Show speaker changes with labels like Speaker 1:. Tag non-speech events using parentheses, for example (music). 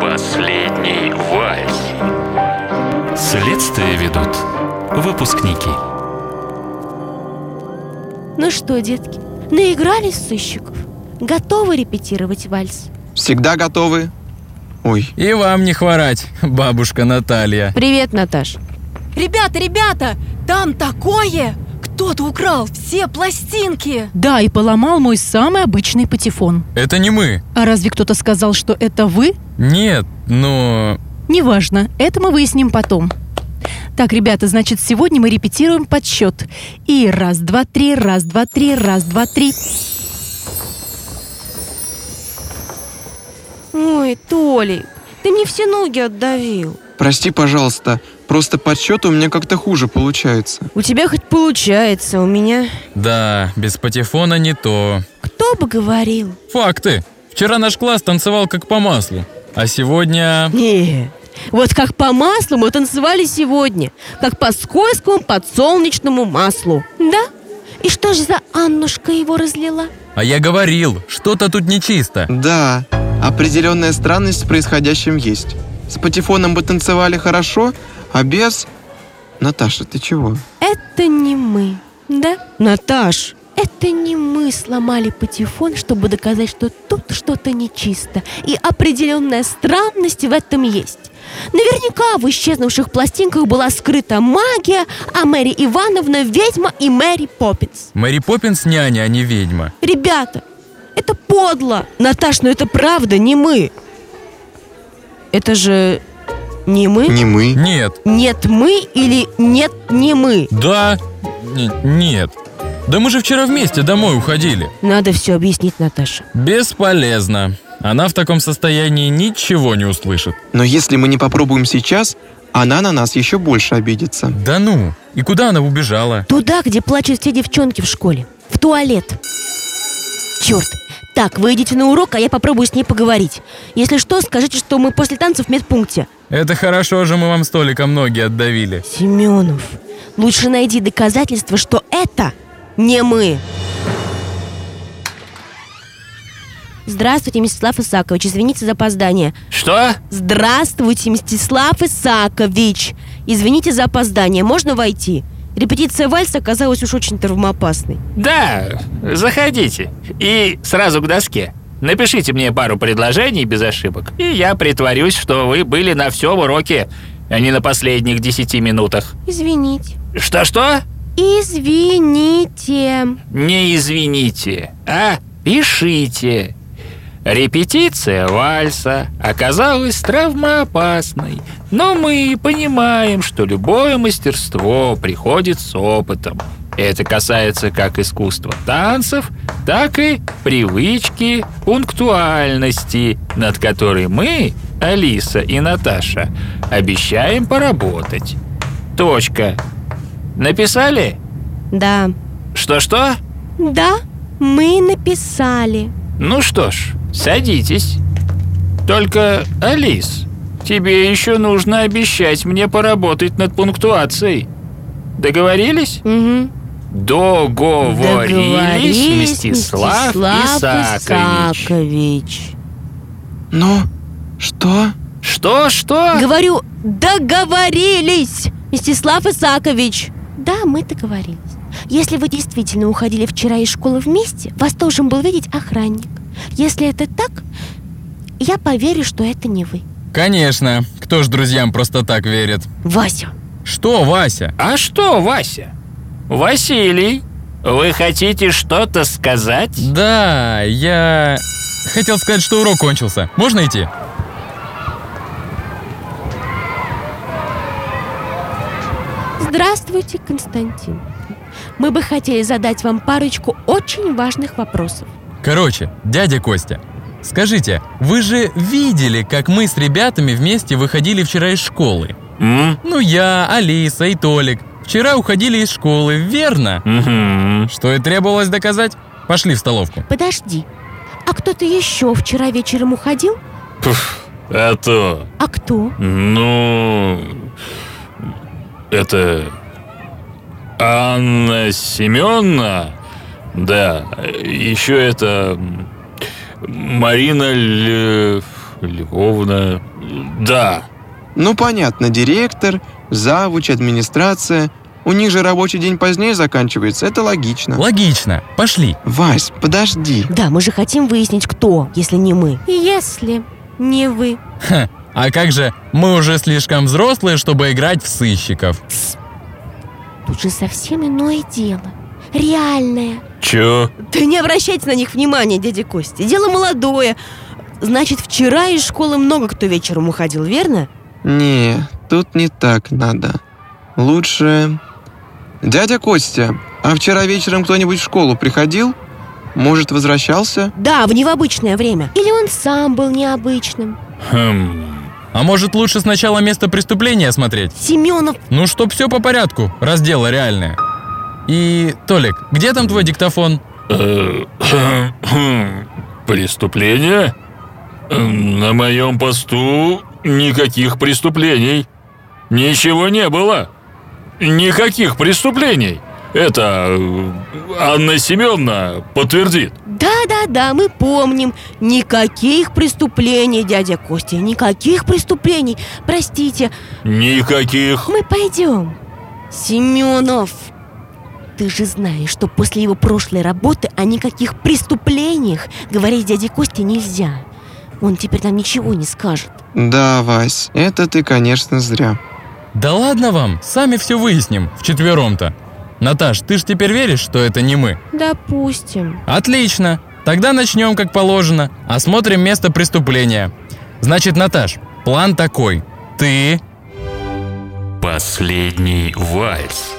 Speaker 1: Последний вальс.
Speaker 2: Следствие ведут выпускники.
Speaker 3: Ну что, детки, наигрались сыщиков? Готовы репетировать вальс?
Speaker 4: Всегда готовы. Ой.
Speaker 5: И вам не хворать, бабушка Наталья.
Speaker 3: Привет, Наташ.
Speaker 6: Ребята, ребята, там такое! Кто-то украл все пластинки!
Speaker 7: Да, и поломал мой самый обычный патефон.
Speaker 5: Это не мы.
Speaker 7: А разве кто-то сказал, что это вы?
Speaker 5: Нет, но...
Speaker 7: Неважно, это мы выясним потом. Так, ребята, значит, сегодня мы репетируем подсчет. И раз, два, три, раз, два, три, раз, два, три.
Speaker 3: Ой, Толик, ты мне все ноги отдавил.
Speaker 4: Прости, пожалуйста, просто подсчет у меня как-то хуже получается.
Speaker 3: У тебя хоть получается, у меня...
Speaker 5: Да, без патефона не то.
Speaker 3: Кто бы говорил?
Speaker 5: Факты. Вчера наш класс танцевал как по маслу, а сегодня...
Speaker 3: Не, вот как по маслу мы танцевали сегодня, как по скользкому подсолнечному маслу. Да? И что же за Аннушка его разлила?
Speaker 5: А я говорил, что-то тут нечисто.
Speaker 4: Да, определенная странность с происходящим есть. С патефоном бы танцевали хорошо, а без... Наташа, ты чего?
Speaker 3: Это не мы, да?
Speaker 7: Наташ!
Speaker 3: Это не мы сломали патефон, чтобы доказать, что тут что-то нечисто. И определенная странность в этом есть. Наверняка в исчезнувших пластинках была скрыта магия, а Мэри Ивановна – ведьма и Мэри Поппинс.
Speaker 5: Мэри Поппинс – няня, а не ведьма.
Speaker 3: Ребята, это подло! Наташ, ну это правда не мы. Это же не мы?
Speaker 4: Не мы.
Speaker 5: Нет.
Speaker 3: Нет мы или нет не мы?
Speaker 5: Да, Н- нет. Да мы же вчера вместе домой уходили.
Speaker 3: Надо все объяснить Наташе.
Speaker 5: Бесполезно. Она в таком состоянии ничего не услышит.
Speaker 4: Но если мы не попробуем сейчас, она на нас еще больше обидится.
Speaker 5: Да ну, и куда она убежала?
Speaker 3: Туда, где плачут все девчонки в школе. В туалет. Черт, так, вы идите на урок, а я попробую с ней поговорить. Если что, скажите, что мы после танцев в медпункте.
Speaker 5: Это хорошо же, мы вам столика ноги отдавили.
Speaker 3: Семенов, лучше найди доказательства, что это не мы. Здравствуйте, Мстислав Исакович. Извините за опоздание.
Speaker 1: Что?
Speaker 3: Здравствуйте, Мстислав Исакович. Извините за опоздание. Можно войти? Репетиция вальса оказалась уж очень травмоопасной.
Speaker 1: Да, заходите. И сразу к доске. Напишите мне пару предложений без ошибок, и я притворюсь, что вы были на всем уроке, а не на последних десяти минутах.
Speaker 3: Извините.
Speaker 1: Что-что?
Speaker 3: Извините.
Speaker 1: Не извините, а пишите. Репетиция вальса оказалась травмоопасной, но мы понимаем, что любое мастерство приходит с опытом. Это касается как искусства танцев, так и привычки пунктуальности, над которой мы, Алиса и Наташа, обещаем поработать. Точка. Написали?
Speaker 3: Да.
Speaker 1: Что-что?
Speaker 3: Да, мы написали.
Speaker 1: Ну что ж, садитесь. Только, Алис, тебе еще нужно обещать мне поработать над пунктуацией. Договорились?
Speaker 3: Угу.
Speaker 1: Договорились, Договорились Мстислав, Мстислав Исакович. Исакович.
Speaker 4: Ну, что?
Speaker 1: Что, что?
Speaker 3: Говорю, договорились, Мстислав Исакович. Да, мы договорились. Если вы действительно уходили вчера из школы вместе, вас должен был видеть охранник. Если это так, я поверю, что это не вы.
Speaker 5: Конечно. Кто ж друзьям просто так верит?
Speaker 3: Вася.
Speaker 5: Что, Вася?
Speaker 1: А что, Вася? Василий, вы хотите что-то сказать?
Speaker 5: Да, я хотел сказать, что урок кончился. Можно идти?
Speaker 3: Здравствуйте, Константин мы бы хотели задать вам парочку очень важных вопросов.
Speaker 5: Короче, дядя Костя, скажите, вы же видели, как мы с ребятами вместе выходили вчера из школы?
Speaker 1: Mm?
Speaker 5: Ну, я, Алиса и Толик. Вчера уходили из школы, верно?
Speaker 1: Mm-hmm.
Speaker 5: Что и требовалось доказать? Пошли в столовку.
Speaker 3: Подожди, а кто-то еще вчера вечером уходил?
Speaker 8: Пф, а то...
Speaker 3: А кто?
Speaker 8: Ну... Это... Анна Семеновна? Да, еще это Марина Лев...
Speaker 1: Львовна... Да,
Speaker 4: Ну, понятно, директор, завуч, администрация. У них же рабочий день позднее заканчивается, это логично.
Speaker 5: Логично. Пошли.
Speaker 4: Вась, подожди.
Speaker 3: Да, мы же хотим выяснить, кто, если не мы.
Speaker 9: Если не вы.
Speaker 5: Ха, А как же, мы уже слишком взрослые, чтобы играть в сыщиков.
Speaker 3: Тут же совсем иное дело. Реальное.
Speaker 1: чё?
Speaker 3: Да не обращайте на них внимания, дядя Костя. Дело молодое. Значит, вчера из школы много кто вечером уходил, верно?
Speaker 4: Не, тут не так надо. Лучше... Дядя Костя, а вчера вечером кто-нибудь в школу приходил? Может, возвращался?
Speaker 3: Да, в невобычное время. Или он сам был необычным.
Speaker 1: Хм...
Speaker 5: А может лучше сначала место преступления смотреть?
Speaker 3: Семенов,
Speaker 5: Ну, чтоб все по порядку, раз дело реальное. И, Толик, где там твой диктофон?
Speaker 1: э, (clears throat) хм, Преступление? Эм, На моем посту никаких преступлений. Ничего не было. Никаких преступлений. Это э, Анна Семеновна подтвердит.
Speaker 3: да-да-да, мы помним. Никаких преступлений, дядя Костя, никаких преступлений. Простите,
Speaker 1: Никаких.
Speaker 3: мы пойдем. Семенов, ты же знаешь, что после его прошлой работы о никаких преступлениях говорить дяде Косте нельзя. Он теперь нам ничего не скажет.
Speaker 4: Да, Вась, это ты, конечно, зря.
Speaker 5: Да ладно вам, сами все выясним, вчетвером-то. Наташ, ты ж теперь веришь, что это не мы?
Speaker 3: Допустим.
Speaker 5: Отлично. Тогда начнем, как положено. Осмотрим место преступления. Значит, Наташ, план такой. Ты
Speaker 10: Последний вальс.